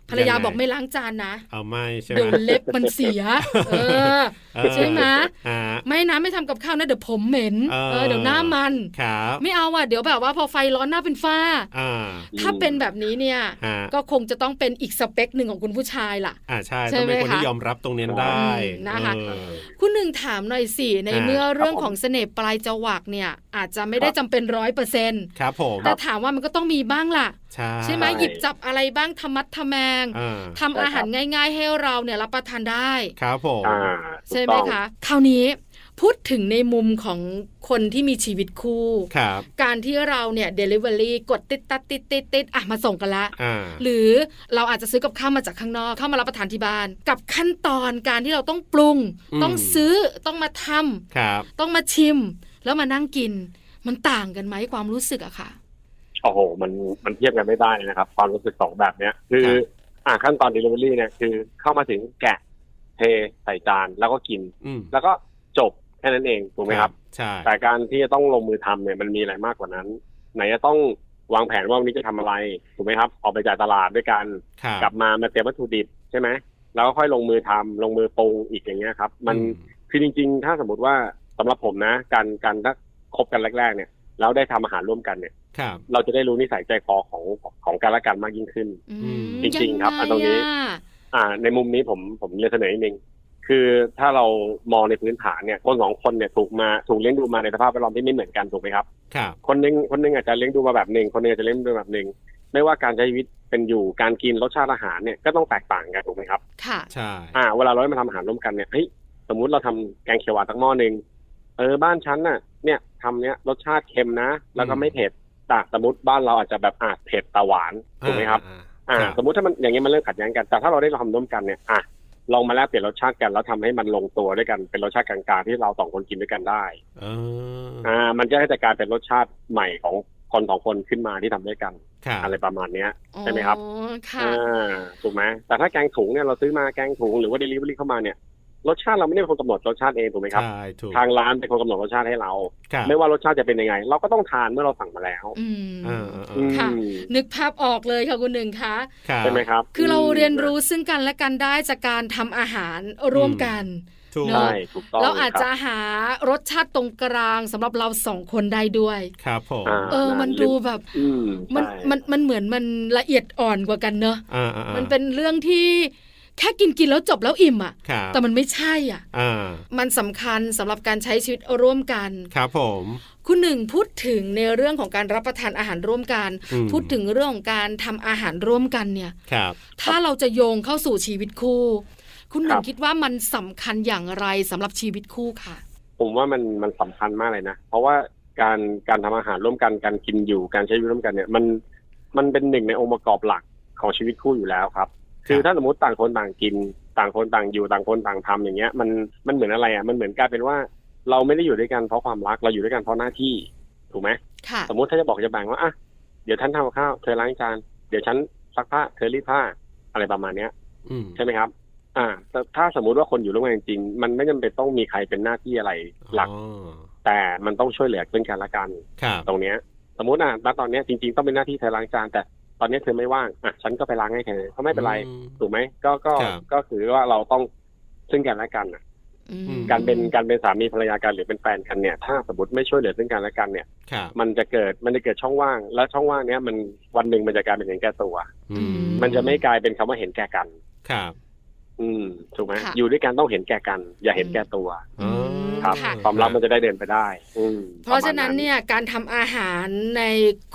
A: ภรรยา
B: ยังไง
A: บอกไม่ล้างจานนะ
B: เอาไม่ใช่ไหม
A: เดี๋ยวเล็บมันเสีย เออ
B: เออ
A: ใช่ไหม
B: อ่า
A: ไม่นะไม่ทำกับข้าวนะเดี๋ยวผมเหม็น
B: เออ
A: เออเดี๋ยวหน้ามัน
B: ครับ
A: ไม่เอาอ่ะเดี๋ยวแบบว่าพอไฟร้อนหน้าเป็นฝ้า
B: อ่า
A: ถ้าเป็นแบบนี้เนี่ย
B: ฮะ
A: ก็คงจะต้องเป็นอีกสเปคหนึ่งของคุณผู้ชายล่ะ
B: อ่าใช่
A: ใช่
B: ต้อง
A: ไหม
B: เป็นคนที่
A: คะ
B: ยอมรับตรงเนี้ยได้
A: อืมนะคะ
B: เออ
A: คุณหนึ่งถามหน่อยสิใน
B: อ่า
A: เมื่อเรื่อง
E: ครับผม
A: ของเสน่ห์ปลายจวักเนี่ย อาจจะไม่ได้จำเป็นร้อยเปอร์เซ็นต์
B: ครับผม
A: แต่ถามว่ามันก็ต้องมีบ้างล่ะ
B: ใช่
A: ใช่ไหมหยิบจับอะไรบ้างทำมัดทำแมง
B: อ่า
A: ทำอาหารง่ายๆให้เราเนี่ยรับประทานได้
B: ครับผม
E: อ่าถูก
A: ใช่ไหม
E: ต้อง
A: คะ คราวนี้พูดถึงในมุมของคนที่มีชีวิตคู่
B: ครับ
A: การที่เราเนี่ยเดลิเวอรี่กดติดตัดติดติดติดอ่ะมาส่งกันละ
B: อ่า
A: หรือเราอาจจะซื้อกับข้าวมาจากข้างนอกเข้ามารับประทานที่บ้าน กับขั้นตอนการที่เราต้องปรุง ต้องซื้อต้องมาทำ
B: ครับ
A: ต้องมาชิม แล้วมานั่งกิน มันต่างกันไหมความรู้สึกอะค่ะ
E: โอ้โห มัน มันเทียบกันไม่ได้เลยนะครับ ความรู้สึกสองแบบเนี้ย คือ อ่าขั้นตอน delivery เนี่ย คือเข้ามาถึงแกะ เท ใส่จาน แล้วก็กิน
B: อืม
E: แล้วก็จบ แค่นั้นเอง ถูกไหมครับ
B: ใช่
E: แต่การที่จะต้องลงมือทำเนี่ย มันมีอะไรมากกว่านั้น ไหนจะต้องวางแผนว่าวันนี้จะทำอะไร ถูกไหมครับ ออกไปจ่ายตลาดด้วยกัน
B: ครับ
E: กลับมา มาเตรียมวัตถุดิบใช่ไหม แล้วก็ค่อยลงมือทำลงมือปรุงอีกอย่างเงี้ยครับ มัน
B: อื
E: คือจริงๆ ถ้าสมมติว่าสำหรับผมนะ การ การถ้าคบกันแรก ๆ เนี่ย แล้วได้ทำอาหารร่วมกันเนี่ย
B: ครับ
E: เราจะได้รู้นิสัยใจคอของของกันและกันมากยิ่งขึ้น
A: อืม
E: จริงๆครับ
A: ยัไ
E: อันตรงนี้
A: ะ
E: อ่า ในมุมนี้ผมผมเรียนเสนอนิดนึง คือถ้าเรามองในพื้นฐานเนี่ยคนสองคนเนี่ยถูกมาถูกเลี้ยงดูมาในสภาพแวดล้อมที่ไม่เหมือนกันถูกไหมครับ
B: ครับ
E: คนหนึงคนหนึงอาจจะเลี้ยงดูมาแบบหนึ่งคนหนึงอาจจะเลี้ยงดูแบบหนึ่งไม่ว่าการใช้ชีวิตเป็นอยู่การกินรสชาติอาหารเนี่ยก็ต้องแตกต่างกันถูกไหมครับ
A: ค่ะ
B: ใช่
E: อ่า เวลาเราได้มาทำอาหารร่วมกันเนี่ยเฮ้ยสมมุติเราทำแกงเขียวหวานตั้งหม้อหนึ่งเออบ้านฉันน่ะ เนี่ยทำเนี่ยรสชาติเค็มนะ แล้วก็ไม่เผ็ดแต่สมมติบ้านเราอาจจะแบบอาจเผ็ดแต่หวานถูกไหมครับ
B: อ่า
E: อ่า
B: ครับ
E: สมมุติถ้ามันอย่างเงี้ยมันเริ่มขัดแย้งกัน แต่ถ้าเราได้ทำร่วมกันเนี่ยอ่ะลองมาแลกเปลี่ยนรสชาติกันแล้วทำให้มันลงตัวด้วยกันเป็นรสชาติกลางๆที่เราสองคนกินด้วยกันได้
B: เออ
E: อ่ามันจะได้แต่กลายเป็นรสชาติใหม่ของคนสองคนขึ้นมาที่ทำด้วยกัน
B: ครับ
E: อะไรประมาณเนี้ย ใช่ไหมครับ
A: อ๋อค่ะ
E: อ่าถูกไหมแต่ถ้าแกงถุงเนี่ยเราซื้อมาแกงถุงหรือว่าเดลิเวอรี่เข้ามาเนี่ยรสชาติเราไม่ได้เป็นคนกำหนดรสชาติเองถูกไหมครับ
B: ใช่ถูก
E: ทางร้านเป็นคนกำหนดรสชาติให้เรา
B: ครับ
E: ไม่ว่ารสชาติจะเป็นยังไง เราก็ต้องทานเมื่อเราสั่งมาแล้ว
A: อืม
B: อ่าอ่า
E: อื
B: อ่าม
A: ค่ะ นึกภาพออกเลยค่ะคุณหนึ่งคะ
B: ครับ
E: ใช่ไหมครับ
A: คือเราเรียนรู้
E: อืม
A: ซึ่งกันและกันได้จากการทำอาหารร่วมกัน
B: ถูก
A: เนอะ
E: ใช่ถูกต้อง
A: เราอาจ
E: คบ
A: จะหารสชาติตรงกลางสำหรับเราสองคนได้ด้วย
B: ครับผม
E: อ่า
A: เออ มันดูแบบ
E: อืม
A: มัน
E: ใช่
A: มันมันเหมือนมันละเอียดอ่อนกว่ากันเนอะ
B: อ่าอ่าอ่า
A: มันเป็นเรื่องที่แค่กินกินแล้วจบแล้วอิ่มอะ
B: ครับ
A: แต่มันไม่ใช่อ่ะ
B: อ่า
A: มันสำคัญสำหรับการใช้ชีวิตร่วมกัน
B: ครับผม
A: คุณหนึ่งพูดถึงในเรื่องของการรับประทานอาหารร่วมกัน
B: อืม
A: พูดถึงเรื่องของการทำอาหารร่วมกันเนี่ย
B: ครับ
A: ถ้าเราจะโยงเข้าสู่ชีวิตคู่ คุณหนึ่
E: ครั
A: ง
E: บ
A: คิดว่ามันสำคัญอย่างไรสำหรับชีวิตคู่ค่ะ
E: ผมว่ามันมันสำคัญมากเลยนะ เพราะว่าการการทำอาหารร่วมกันการกินอยู่การใช้ชีวิตร่วมกันเนี่ยมันมันเป็นหนึ่งในองค์ประกอบหลักของชีวิตคู่อยู่แล้วครับ คือถ้าสมมติต่างคนต่างกิน ต่างคนต่างอยู่ต่างคนต่างทำอย่างเงี้ยมันมันเหมือนอะไรอ่ะมันเหมือนกลายเป็นว่า เราไม่ได้อยู่ด้วยกันเพราะความรักเราอยู่ด้วยกันเพราะหน้าที่ถูกไหม
A: ค่ะ
E: สมมติถ้าจะบอกจะแบ่งว่าอ่ะเดี๋ยวท่านทำกับข้าวเธอล้างจานเดี๋ยวฉันซักผ้าเธอรีดผ้าอะไรประมาณเนี้ย
B: อืม
E: ใช่ไหมครับ อ่าแต่ถ้าสมมุติว่าคนอยู่ร่วมกันจริงๆมันไม่จำเป็นต้องมีใครเป็นหน้าที่อะไรหลัก
B: อ๋อ
E: แต่มันต้องช่วยเหลือซึ่งกันและกัน
B: ครับ
E: ตรงเนี้ย สมมติอ่ะณตอนเนี้ยจริง ๆ ต้องเป็นหน้าที่เธอล้างจานแต่ตอนเนี้ยเธอไม่ว่างอ่ะฉันก็ไปล้างให้เธอก็ไม่เป็นไร
B: อืม
E: ถูกไหมก็ก็
B: ครับ
E: ก็คือว่าเราต้องซึ่งกันและกันอ่ะ
A: อืม
E: การเป็นการเป็นสามีภรรยากันหรือเป็นแฟนกันเนี่ย ถ้าสมมติไม่ช่วยเหลือซึ่งกันและกันเนี่ย
B: ครับ
E: มันจะเกิดมันจะเกิดช่องว่าง แล้วช่องว่างเนี้ยมันวันหนึ่งมันจะกลายเป็นเห็นแก่ตัว
B: อื
A: อืม
E: มันจะไม่กลายเป็นคำว่าเห็นแก่กัน
B: ครับ
E: อืมถูกไหม
A: ค่ะ
E: อยู่ด้วยกันต้องเห็นแก่กัน อย่าเห็นแก่ตัว
A: อืม
E: ครับ
A: ค่ะ
E: ความรักมันจะได้เดินไปได้ อืม
A: เพราะฉะนั้นเนี่ยการทำอาหารใน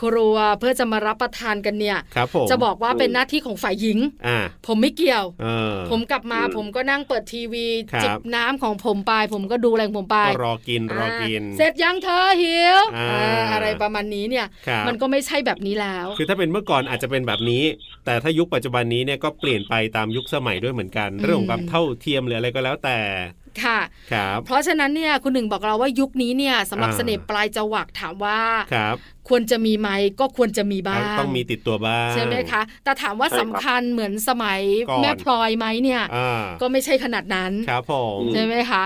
A: ครัวเพื่อจะมารับประทานกันเนี่ย
B: ครับผม
A: จะบอกว่าเป็นหน้าที่ของฝ่ายหญิง
B: อ่า
A: ผมไม่เกี่ยว
B: เออ
A: ผมกลับมาผมก็นั่งเปิดทีวี
B: ครับ
A: จิบน้ำของผมไป ผมก็ดูแรงผมไป
B: รอกินรอกิน
A: าเสร็จยังเธอหิว
B: อ่า
A: อ่าอะไรประมาณนี้เนี่ย
B: ครับ
A: มันก็ไม่ใช่แบบนี้แล้ว
B: คือถ้าเป็นเมื่อก่อนอาจจะเป็นแบบนี้ แต่ถ้ายุคปัจจุบันนี้เนี่ยก็เปลี่ยนไปตามยุคสมัยด้วยเหมือนกัน เรื่องของความเท่าเทียมหรืออะไรก็แล้วแต่
A: ค่ะ
B: ครับ
A: เพราะฉะนั้นเนี่ยคุณหนึ่งบอกเราว่ายุคนี้เนี่ยสำหรับ
B: อ่า
A: เสน่ห์ปลายจวักถามว่า
B: ครับ
A: ควรจะมีไหมก็ควรจะมีบ้าง
B: ต้องมีติดตัวบ้าง
A: ใช่ไหมคะ แต่ถามว่าสำคัญเหมือนสมัย
B: ก่อน
A: แม่พลอยไหมเนี่ย
B: อ่า
A: ก็ไม่ใช่ขนาดนั้น
B: ครับผม
A: ใช่ไหมคะ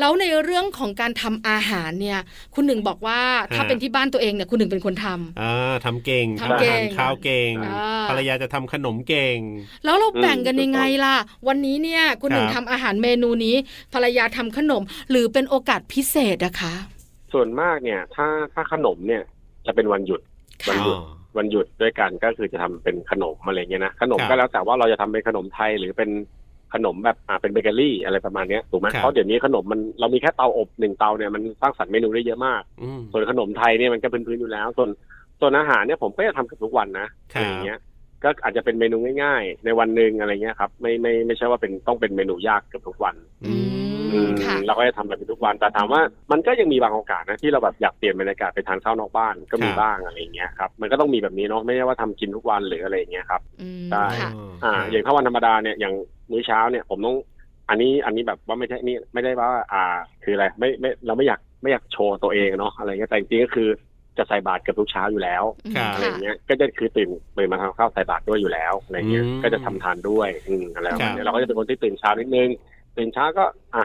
A: แล้วในเรื่องของการทำอาหารเนี่ย คุณหนึ่งบอกว่าถ้าเป็นที่บ้านตัวเองเนี่ยคุณหนึ่งเป็นคนทำ
B: อ่าทำเก่ง
A: ทำเก่ง
B: อาหารข้าวเก่ง
A: อ่า
B: ภรรยาจะทำขนมเก่ง
A: แล้วเราแบ่งกันยังไงล่ะ วันนี้เนี่ยคุณหนึ่ง
B: ครับ
A: ทำอาหารเมนูนี้ ภรรยาทำขนม หรือเป็นโอกาสพิเศษนะคะ
E: ส่วนมากเนี่ย ถ้าถ้าขนมเนี่ยจะเป็นวันหยุด
A: ค่ะ
E: หยุด วันหยุดด้วยกันก็คือจะทำเป็นขนมอะไรเงี้ยนะขนม
B: ครับ
E: ก็แล้วแต่ว่าเราจะทำเป็นขนมไทยหรือเป็นขนมแบบอ่าเป็นเบเกอรี่อะไรประมาณเนี้ยถูกไหม
B: ครับ
E: เพราะเดี๋ยวนี้ขนมมันเรามีแค่เตาอบหนึ่งเตาเนี่ยมันสร้างสรรค์เมนูได้เยอะมาก
B: อืม
E: ส่วนขนมไทยเนี่ยมันก็เป็นพื้นอยู่แล้ว ส่วนส่วนอาหารเนี่ยผมก็จะทำเกับทุกวันนะครับ อะไรอย่างเงี้ย ก็อาจจะเป็นเมนูง่ายๆ ในวันหนึ่งอะไรเงี้ยครับไม่ไม่ไม่ใช่ว่าเป็นต้องเป็นเมนูยากเกือบทุกวัน
A: อืม
E: อืม
A: ค่ะ
E: เราก็จะทำแบบนี้ทุกวันแต่ถามว่ามันก็ยังมีบางโอกาสนะที่เราแบบอยากเปลี่ยนบรรยากาศไปทานข้าวนอกบ้านก็มี
B: ครับ
E: บ้างอะไรอย่างเงี้ยครับมันก็ต้องมีแบบนี้เนาะไม่ใช่ว่าทำกินทุกวันหรืออะไรอย่างเงี้ยครับ
A: อืม
E: ได้
A: ค่ะ
E: อ่า อย่างถ้าวันธรรมดาเนี่ยอย่างมื้อเช้าเนี่ยผมต้องอันนี้อันนี้แบบว่าไม่ใช่นี่ไม่ได้ว่า อ่า คืออะไรไม่ไม่เราไม่อยากไม่อยากโชว์ตัวเองเนาะอะไรเงี้ยแต่จริงๆก็คือจะใส่บาตรเกับทุกเช้าอยู่แล้ว
B: ค่ะ
E: อะไรเงี้ยก็จะคือตื่นตื่นมาทำข้าวใส่บาตรด้วยอยู่แล้วอะไรเงี้ย
B: อืม
E: ก็จะทำทานด้วยอืมอะไรประมา
B: ค
E: ณ
B: รั
E: เนี้
B: บ
E: ยเราก็จะเป็นคนที่ตื่นเช้านิดนึงตื่นเช้าก็อ่ะ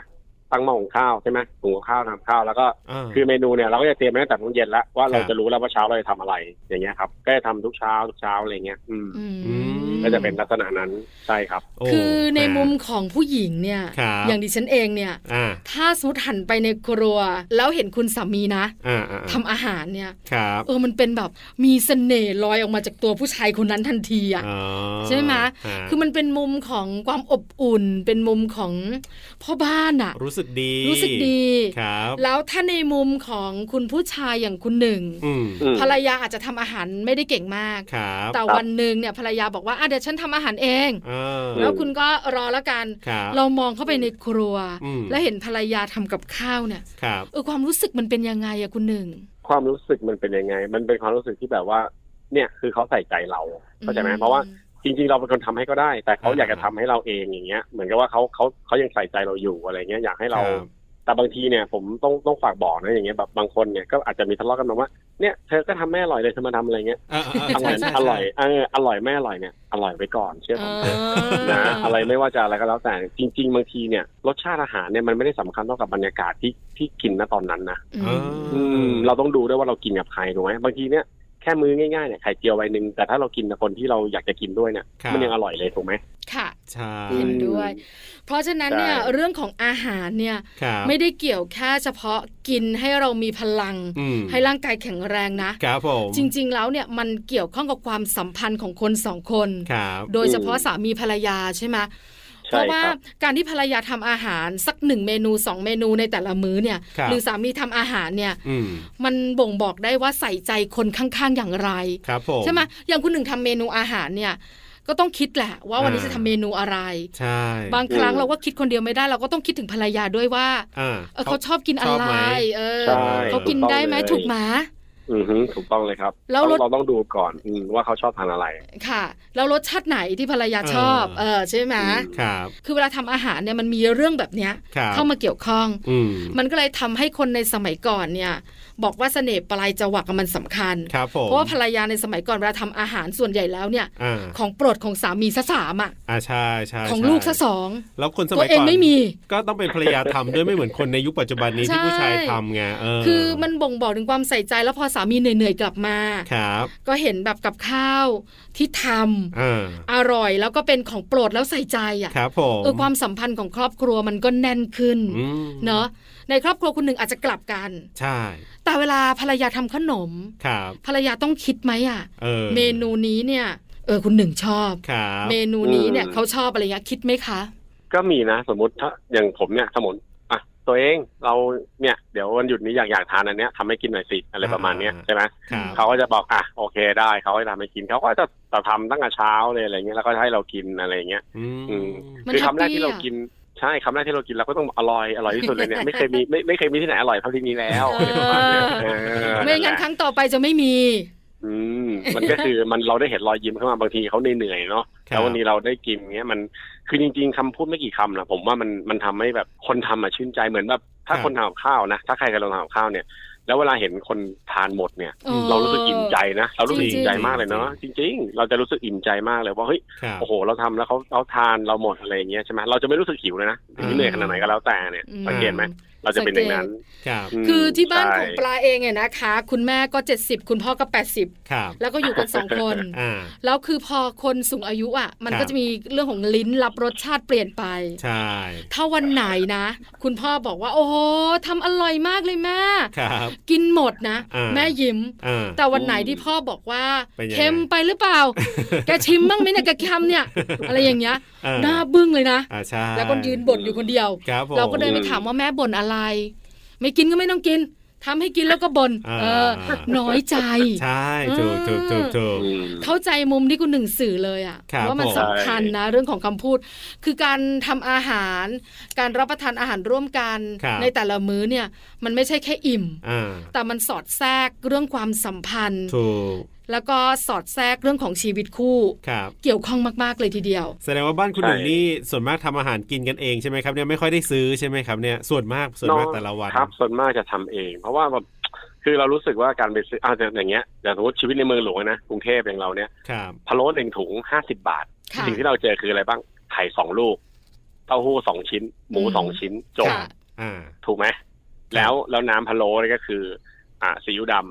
E: ตั้งหม้อหุงข้าวใช่ไหมหุงข้าวทำข้าวแล้วก็
B: า
E: คือเมนูเนี่ยเราก็จะเตรียมไว้ตั้งแต่มื้อเย็นแล้วว่าเรา
B: ครับ
E: จะรู้แล้วว่าเช้าเราจะทำอะไรอย่างเงี้ยครับก็จะทำทุกเช้าทุกเช้าอะไรเงี้ยอืม
A: อืม
B: อืม
E: ก็จะเป็นลักษณะนั้นใช่ครับ
B: โ
A: คือใน
B: รับ
A: มุมของผู้หญิงเนี่ย
B: ครับ
A: อย่างดิฉันเองเนี่ย
B: อ่า
A: ถ้าสมมติหันไปในครัว แล้วเห็นคุณสามีนะ
B: อ่าอ่า
A: ทำอาหารเนี่ย
B: ครับ
A: เออ มันเป็นแบบมีเสน่ห์ลอยออกมาจากตัวผู้ชายคนนั้นทันทีอะ
B: อ๋อ
A: ใช่ไหม
B: ฮะ
A: คือมันเป็นมุมของความอบอุ่น เป็นมุมของพ่อบ้านอะ
B: รู้สึกดี
A: รู้สึกดี
B: ครับ
A: แล้วถ้าในมุมของคุณผู้ชายอย่างคุณหนึ่ง
B: อืม
E: อืม
A: ภรรยาอาจจะทำอาหารไม่ได้เก่งมาก
B: ครับ
A: แต่วันหนึ่งเนี่ยภรรยาบอกว่าอ่ะเดี๋ยวฉันทำอาหารเอง
B: เออ
A: แล้วคุณก็รอแล้วกัน
B: ครับ
A: เรามองเข้าไปในครัว
B: อืม
A: แล้วเห็นภรรยาทำกับข้าวเนี่ย
B: ครับ
A: เออความรู้สึกมันเป็นยังไงอะคุณหนึ่ง
E: ความรู้สึกมันเป็นยังไง มันเป็นความรู้สึกที่แบบว่า เนี่ยคือเขาใส่ใจเราเข้าใจไหม
A: อืม
E: เพราะว่าจริงๆ เราเป็นคนทำให้ก็ได้ แต่เขา
B: อ่า
E: อยากจะทำให้เราเองอย่างเงี้ย เหมือนกับว่าเขาเขาเขายังใส่ใจเราอยู่อะไรเงี้ยอยากให้เรา
B: คบ
E: แต่บางทีเนี่ยผมต้องต้องฝากบอกนะอย่างเงี้ยแบบบางคนเนี่ยก็อาจจะมีทะเลาะกันมาว่าเนี่ยเธอก็ทำแม่อร่อยเลยเธอมาทำอะไรเงี้ย
B: เออเออเออ
E: ทำอะไร
B: ใช่ใช่
E: อร่อยเอออร่อยแม่อร่อยเนี่ยอร่อยไว้ก่อนเชื่อผมเถอะ
A: เ
E: นะอะไรไม่ว่าจะอะไรก็แล้วแต่จริง ๆ บางทีเนี่ยรสชาติอาหารเนี่ยมันไม่ได้สำคัญเท่ากับบรรยากาศที่ที่กินนะตอนนั้นนะ
A: อื
B: เอ
A: ม
E: อืม เราต้องดูด้วยว่าเรากินกับใครถูกไหมบางทีเนี่ยแค่มื้อง่ายๆเนี่ยไข่เจียวใบหนึ่งแต่ถ้าเรากินกับคนที่เราอยากจะกินด้วยเนี่ย
B: ครับ
E: มัยังอร่อยเลยถูกไหม
A: ค่ะ
B: ใช่
E: อื
A: เห็
E: ม
A: นด้วย เพราะฉะนั้นเนี่ย
E: ใช่
A: เรื่องของอาหารเนี่ย
B: ครับ
A: ไม่ได้เกี่ยวแค่เฉพาะกินให้เรามีพลัง
B: อืม
A: ให้ร่างกายแข็งแรงนะ
B: ครับผม
A: จริงๆแล้วเนี่ยมันเกี่ยวข้องกับความสัมพันธ์ของคนสองคน
B: ครับ
A: โดยเฉพาะสามีภรรยาใช่ไหมเพ
E: ใช่
A: ราะว่า
E: ครับ
A: การที่ภรรยาทำอาหารสักหนึ่งเมนูสองเมนูในแต่ละมื้อเนี่ย
B: คบ
A: หรือสามีทำอาหารเนี่ย
B: อืม
A: มันบ่งบอกได้ว่าใส่ใจคนข้างๆอย่างไร
B: ครับผม
A: ใช่ไหมอย่างคุณหนึ่งทำเมนูอาหารเนี่ยก็ต้องคิดแหละ ว่าวันนี้
B: อ่า
A: จะทำเมนูอะไร
B: ใช่
A: บางครั้ง
E: อืม
A: เราก็คิดคนเดียวไม่ได้เราก็ต้องคิดถึงภรรยาด้วยว่า
B: อ่า
A: เออเขาชอบกินอะ
B: ชอบ
A: ไร
B: ไหม
A: เออ
E: ใช่
A: เขากินได้ไหม
E: ถู
A: ถู
E: ก
A: ก
E: ต้อง
A: ไหม
E: อือฮึถูกต้องเลยครับ
A: แล้วรส
E: เราต้องดูก่อนอืมว่าเขาชอบทานอะไร
A: ค่ะ แล้วรสชาติไหนที่ภรรยาชอบ
B: เอ
A: เออ
B: อ
A: ใช่ไหม
E: อืม
B: ครับ
A: คือเวลาทำอาหารเนี่ยมันมีเรื่องแบบเนี้ย
B: ครับ
A: เข้ามาเกี่ยวข้อง
B: อืม
A: มันก็เลยทำให้คนในสมัยก่อนเนี่ย บอกว่าเสน่ห์ปลายจวักอะมันสำคัญ
B: ครับผม
A: เพราะว่าภรรยาในสมัยก่อนเวลาทำอาหารส่วนใหญ่แล้วเนี่ย
B: อ่า
A: ของโปรดของสามีซะสามอ่ะ
B: อ่าใช่ใช่
A: ของ
B: ใช่
A: ลูกซะสอง
B: แล้วคนส
A: ตั
B: มั
A: วย เอง
B: ก่อน
A: ไม่มี
B: ก็ต้องเป็นภรรยาทำด้วยไม่เหมือนคนในยุคปัจจุบันนี้ที่
A: ใช่
B: ผู้ชายทำไงเออ
A: คือมันบ่งบอกถึงความใส่ใจแล้วพอสามีเหนื่อยๆกลับมา
B: ครับ
A: ก็เห็นแบบกับข้าวที่ทำ
B: อ่า
A: อร่อยแล้วก็เป็นของโปรดแล้วใส่ใจอ่ะ
B: ครับผม
A: เออความสัมพันธ์ของครอบครัวมันก็แน่นขึ้น
B: อืม
A: เนาะในครอบครัวคุณหนึ่งอาจจะกลับกัน
B: ใช่
A: แต่เวลาภรรยาทำขนม
B: ครับ
A: ภรรยาต้องคิดไหมอ่ะ
B: เออ
A: เมนูนี้เนี่ยเออคุณหนึ่งชอบ
B: ครับ
A: เมนูนี้เนี่ย
E: อืม
A: เขาชอบอะไรเงี้ยคิดไหมคะ
E: ก็มีนะ สมมติถ้าอย่างผมเนี่ยสมมติอ่ะตัวเองเราเนี่ยเดี๋ยววันหยุดนี้อยากอยากทานอันเนี้ยทำให้กินหน่อยสิอะไรประมาณเนี้ยใช่ไหม
B: ครับ
E: เขาก็จะบอกอ่ะโอเคได้เขาก็จะทำให้กินเขาก็จะทำตั้งแต่เช้าเลยอะไรเงี้ยแล้วก็ให้เรากินอะไรเงี้ย
B: อืม
E: อืม
A: มัน
E: คือคำแรก
A: happy
E: ที่เรากินใช่คำแรกที่เรากินเราก็ต้องอร่อยอ ร่อยที่สุดเลยเนี่ยไม่เคยมีไม่ไม่เคยมีที่ไหนอร่อยเท่าที่นี่แล้วอะไรประมาณเนี้ย
A: เอ
E: เออ
A: ไม่งั้นครั้งต่อไปจะไม่มี
E: อืมมันก็คือมันเราได้เห็นรอยยิ้มเข้ามาบางทีเขาเหนื่อยๆเนาะ
B: ครั
E: แล้ว
B: บ
E: วันนี้เราได้กินเงี้ยมันคือจริง ๆคำพูดไม่กี่คำนะผมว่ามันมันทำให้แบบคนทำอ่ะชื่นใจเหมือนแบบถ้าคนทำกับข้าวนะถ้าใครกำลังทำกับข้าวเนี่ย แล้วเวลาเห็นคนทานหมดเนี่ย
A: เออ
E: เรารู้สึกอิ่มใจนะเรารู้สึก
A: จริงๆ
E: อิ่มใจมากเลยเนาะจริง ๆ เราจะรู้สึกอิ่มใจมากเลยว่าเฮ้ย
B: ครับ
E: โอ้โห เราทำแล้วเขาเขาทานเราหมดอะไรอย่างเงี้ยใช่ไหมเราจะไม่รู้สึกหิวเลยนะถึง
B: อืม
E: เหนื่อยขนาดไหนก็แล้วแต่เนี่ย
A: อืม
E: สังเกตไหม เราจะเป็นอย่างนั้น
B: ครับ
E: ม
A: คือที่บ้านของป
E: ใช่
A: ลาเองเนี่ยนะคะ คุณแม่ก็ 70 คุณพ่อก็ 80
B: ครับ
A: แล้วก็อยู่กัน 2 คน
B: อ่า
A: แล้วคือพอคนสูงอายุอ่ะมัน
B: ครับ
A: ก็จะมีเรื่องของลิ้นรับรสชาติเปลี่ยนไป
B: ใช่
A: ถ้าวันไหนนะ คุณพ่อบอกว่า โอ้โหทำอร่อยมากเลยแม่
B: ครับ
A: กินหมดนะ
B: อ่า
A: แม่ยิ้ม
B: อ่า
A: แต่วันไหน
E: อืม
A: ที่พ่อบอกว่า
B: เป็นยังไง
A: เค็มไปหรือเป ล่า แกชิมบ้างไหมเนี่ยแกคำเนี่ย อะไรอย่างเงี้ย
B: เออ
A: หน้าบึ้งเลยนะ
B: อ่าใช่
A: แล้วก็ยืนบ่นอยู่คนเดียว
B: ครับผม
A: เราก็เดินไปถามว่าแม่บ่นอะไร ไม่กินก็ไม่ต้องกินทำให้กินแล้วก็บ่น
B: อ่า
A: เออ น้อยใจ
B: ใช่ถูกถูกถูกถูก
E: อืม
A: เข้าใจมุมที่คุณหนึ่งสื่อเลยอะ
B: ครับ
A: ว่ามันสำคัญนะเรื่องของคำพูด คือการทำอาหาร การรับประทานอาหารร่วมกัน ในแต่ละมื้อเนี่ย มันไม่ใช่แค่อิ่ม
B: อ่า
A: แต่มันสอดแทรกเรื่องความสัมพันธ์
B: ถูก
A: แล้วก็สอดแทรกเรื่องของชีวิตคู่
B: ครับ
A: เกี่ยวข้องมาก ๆ เลยทีเดียว
B: แสดงว่าบ้านคุณ
E: ใช่
B: หนุ่มนี่ส่วนมากทำอาหารกินกันเองใช่ไหมครับเนี่ยไม่ค่อยได้ซื้อใช่ไหมครับเนี่ยส่วนมากส่วนมาก
E: น้อย
B: แต่ละวัน
E: ครับ ส่วนมากจะทำเอง เพราะว่าแบบคือเรารู้สึกว่าการไปซื้ออ่าอย่างเงี้ยอย่างสมมติชีวิตในเมืองหลวงนะกรุงเทพอย่างเราเนี่ย
B: ครับ
E: พะโล้หนึ่งถุงห้าสิบบาท
A: ค่ะ
E: สิ่งที่เราเจอคืออะไรบ้างไข่สองลูก เต้าหู้สองชิ้น หมู
A: อืม
E: สองชิ้นจบ
A: ค่ะ
B: อ่า
E: ถูกไหม แล้วแล้วน้ำพะโล้นี่ก็คือ อ่าซีอิ๊วดำ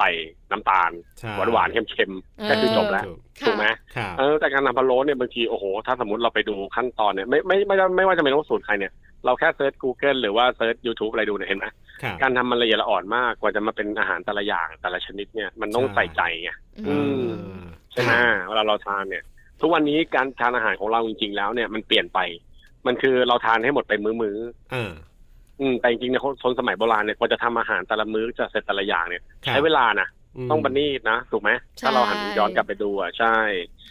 E: ใส่น้ำตาล
B: ใช่
E: หวานหวานๆเค็มเค็มๆ
A: เออ
E: ก็คือจบแล้ว
B: ถูก
E: ถูกไหม
B: ครับ
E: เออแต่การทำพะโล้เนี่ยบางทีโอ้โห ถ้าสมมติเราไปดูขั้นตอนเนี่ยไม่ไม่ไม่ไม่ไม่ว่าจะเป็นต้องสูตรใครเนี่ย เราแค่เซิร์ช Google หรือว่าเซิร์ช YouTube อะไรดูเนี่ยเห็นไหม
B: ครับ
E: การทำมันละเอียดละอ่อนมากกว่าจะมาเป็นอาหารแต่ละอย่างแต่ละชนิดเนี่ยมันต้อง
B: ใช่
E: ใส่ใจไง อื
B: อ่าม
E: ใช่ไหมเวลาเราทานเนี่ย ทุกวันนี้การทานอาหารของเราจริงๆแล้วเนี่ยมันเปลี่ยนไป มันคือเราทานให้หมดไปมื้อๆ
B: อ่า
E: อืมแต่จริงๆเนี่ยคนคนสมัยโบราณเนี่ยกว่าจะทำอาหารแต่ละมื้อจะเสร็จแต่ละอย่างเนี่ย
B: ครับ
E: ใช้เวลานะ
B: ม
E: ต้องบันนีตนะถูกไหม
A: ใช่
E: ถ้าเราหันย้อนกลับไปดูอ่ะใช่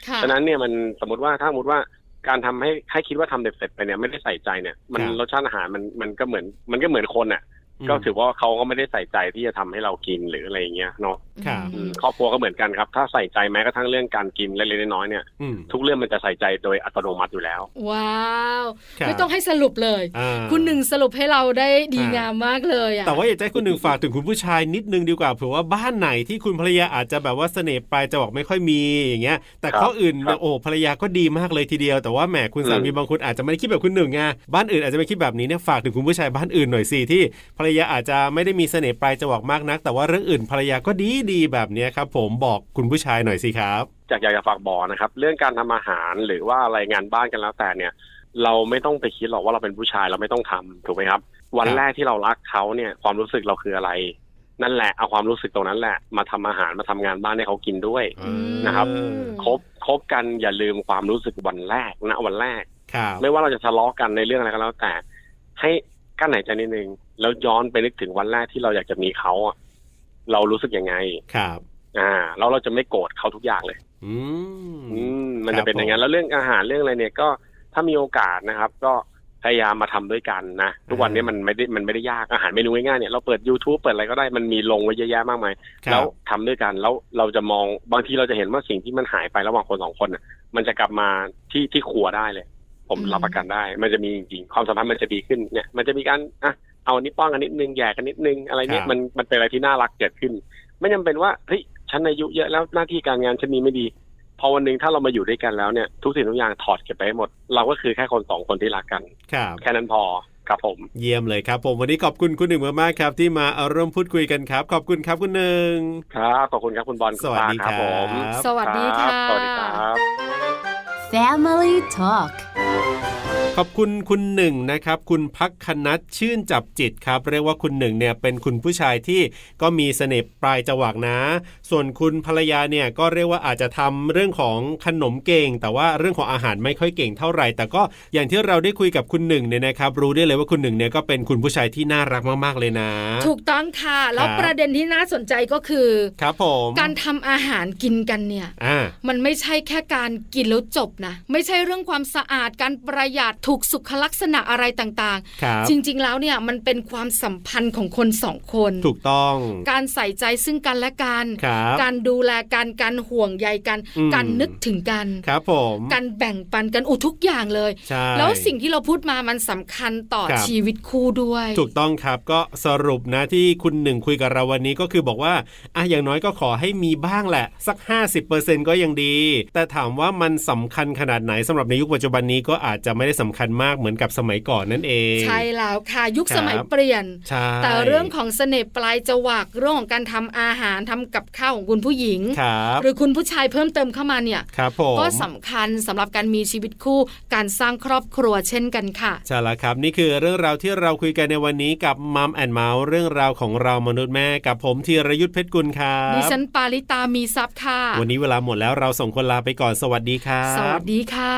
A: ค่ะ
E: ฉะนั้นเนี่ยมันสมมติว่าถ้าสมมติว่าการทำให้ให้คิดว่าทำเสร็จไปเนี่ยไม่ได้ใส่ใจเนี่ย มันรสชาติอาหารมันมันก็เหมือน มันก็เหมือนคนอ่ะ ก็ถือว่าเขาก็ไม่ได้ใส่ใจที่จะทำให้เรากินหรืออะไรอย่างเงี้ยเนาะ
B: ครับ
E: อืมครอบครัวก็เหมือนกันครับ ถ้าใส่ใจแม้กระทั่งเรื่องการกินเล็กๆน้อยๆเนี่ย
B: อืม
E: ทุกเรื่องมันจะใส่ใจโดยอัตโนมัติอยู่แล้ว
A: ว้าว
B: ครับ
A: ไม่ต้องให้สรุปเลย
B: อ่า
A: คุณหนึ่งสรุปให้เราได้ดี
B: อ่าง
A: งามมากเลยอ่ะ
B: แต่ว่าอยากจะให้คุณหนึ่งฝากถึงคุณผู้ชายนิดนึงดีกว่าเผื่อว่าบ้านไหนที่คุณภรรยาอาจจะแบบว่าเสน่ห์ปลายจะบอกไม่ค่อยมีอย่างเงี้ย แต่
E: ครับ
B: ข้ออื่น
E: ครั
B: เนี่ย
E: บ
B: โอ้ภรรยาก็ดีมากเลยทีเดียวแต่ว่าแหมคุณสามี
E: อืม
B: บางคนอาจจะไม่ได้คิดแบบคุณหนึ่งไงบ้านอื่นอาจจะไม่คิดแบบนี้เนี่ยฝากถึงคุณผู้ชายบ้านอื่นหน่อยสิที่ภรรยาอาจจะไม่ได้มีเสน่ห์ปลายจะบอกมากนัก แต่ว่าเรื่องอื่นภรรยาก็ดีดีๆแบบเนี้ยครับผมบอกคุณผู้ชายหน่อยสิครับ
E: จากอยากจะฝากบอกนะครับ เรื่องการทำอาหารหรือว่าอะไรงานบ้านกันแล้วแต่เนี่ย เราไม่ต้องไปคิดหรอกว่าเราเป็นผู้ชายเราไม่ต้องทำถูกไหมครับ วันแรกที่เรารักเขาเนี่ยความรู้สึกเราคืออะไร นั่นแหละเอาความรู้สึกตรงนั้นแหละมาทำอาหารมาทำงานบ้านให้เขากินด้วย
A: อืม
E: นะครับ คบคบกันอย่าลืมความรู้สึกวันแรกนะวันแรก
B: ครับ
E: ไม่ว่าเราจะทะเลาะกันในเรื่องอะไรก็แล้วแต่ ให้กั้นหายใจนิดนึงแล้วย้อนไปนึกถึงวันแรกที่เราอยากจะมีเขาอะเรารู้สึกยังไง
B: ครับ
E: อ่าแล้วเราจะไม่โกรธเขาทุกอย่างเลย
B: อืม
E: อืมมัน
B: ครั
E: จะ
B: บ
E: เป็นอย่างนั้
B: ผม
E: นแล้วเรื่องอาหารเรื่องอะไรเนี่ยก็ถ้ามีโอกาสนะครับ ก็ พยายามมาทำด้วยกันนะ ทุกวันนี้มันไม่ได้มันไม่ได้ยากอาหารเมนูง่ายๆเนี่ยเราเปิด YouTube เปิดอะไรก็ได้มันมีลงไว้เยอะแยะมากมาย
B: ครั
E: แล้
B: บ
E: วทำด้วยกันแล้วเราจะมองบางทีเราจะเห็นว่าสิ่งที่มันหายไประหว่างคนสองคนน่ะ มันจะกลับมาที่ที่ครัวได้เลย ผม
A: อืม
E: รับประกันได้ มันจะมีจริงๆความสัมพันธ์มันจะดีขึ้นเนี่ย มันจะมีการอ่ะเอาอันนี้ป้อนกันนิดนึงแย่กันนิดนึงอะไรเนี่ยมันมันเป็นอะไรที่น่ารักเกิดขึ้น ไม่จำเป็นว่าเฮ้ยฉันอายุเยอะแล้วหน้าที่การงานฉันมีไม่ดี พอวันหนึ่งถ้าเรามาอยู่ด้วยกันแล้วเนี่ยทุกสิ่งทุกอย่างถอดเก็บไปให้หมด เราก็คือแค่คนสองคนที่รักกัน
B: ครับ
E: แค่นั้นพอครับผม
B: เยี่ยมเลยครับ ผมวันนี้ขอบคุณคุณหนึ่งมากๆครับ ที่มาเอาร่วมพูดคุยกันครับ ขอบคุณครับคุณหนึ่ง
E: ครับขอบคุณครับคุณบอลคุณ
B: สวัส
E: ปา
B: ดี
E: ค
B: ค
E: รับ
B: รับ
E: ผม
B: ครับ
A: สวัสดีค่ะ
E: รับสวัสดีครับ
D: Family Talk
B: ขอบคุณคุณหนึ่งนะครับ คุณพักคณัตชื่นจับจิตครับ เรียกว่าคุณหนึ่งเนี่ยเป็นคุณผู้ชายที่ก็มีเสน่ห์ปลายจวักนะ ส่วนคุณภรรยาเนี่ยก็เรียกว่าอาจจะทำเรื่องของขนมเก่ง แต่ว่าเรื่องของอาหารไม่ค่อยเก่งเท่าไหร่ แต่ก็อย่างที่เราได้คุยกับคุณหนึ่งเนี่ยนะครับ รู้ได้เลยว่าคุณหนึ่งเนี่ยก็เป็นคุณผู้ชายที่น่ารักมากๆเลยนะ
A: ถูกต้องค่ะ แล้ว
B: ครับ
A: ประเด็นที่น่าสนใจก็คือ
B: ครับผม
A: การทำอาหารกินกันเนี่ย
B: อ่า
A: มันไม่ใช่แค่การกินแล้วจบนะ ไม่ใช่เรื่องความสะอาดการประหยัดถูกสุขลักษณะอะไรต่าง
B: ครับ
A: ๆ จริงๆแล้วเนี่ยมันเป็นความสัมพันธ์ของคนสองคน
B: ถูกต้อง
A: การใส่ใจซึ่งกันและกัน
B: ครับ
A: การดูแลกันการห่วงใยกัน
B: อืม
A: การนึกถึงกัน
B: ครับผม
A: การแบ่งปันกันอุทุกอย่างเลย
B: ใช่
A: แล้วสิ่งที่เราพูดมามันสำคัญต่อ
B: ครับ
A: ชีวิตคู่ด้วย
B: ถูกต้องครับก็สรุปนะที่คุณหนึ่งคุยกับเราวันนี้ก็คือบอกว่าอ่ะอย่างน้อยก็ขอให้มีบ้างแหละ สัก 50%ก็ยังดี แต่ถามว่ามันสำคัญขนาดไหนสำหรับในยุคปัจจุบันนี้ก็อาจจะไม่ได้สำคัญมากเหมือนกับสมัยก่อนนั่นเอง
A: ใช่แล้วค่ะยุค
B: ครับ
A: สมัยเปลี่ยน
B: ใช่
A: แต่เรื่องของเสน่ห์ปลายจวักเรื่องของการทำอาหารทำกับข้าวของคุณผู้หญิง
B: ครับ
A: หรือคุณผู้ชายเพิ่มเติมเข้ามาเนี่ย
B: ครับผม
A: ก็สำคัญสำหรับการมีชีวิตคู่ การสร้างครอบครัวเช่นกันค่ะ
B: ใช่แล้วครับ นี่คือเรื่องราวที่เราคุยกันในวันนี้กับมัมแอนเมาส์เรื่องราวของเรามนุษย์แม่กับผมธีรยุทธเพชรกุลครับ
A: ดิฉันปาริตามีซับค่ะ
B: วันนี้เวลาหมดแล้วเราส่งคนลาไปก่อนสวัสดีครับ
A: สวัสดีค่ะ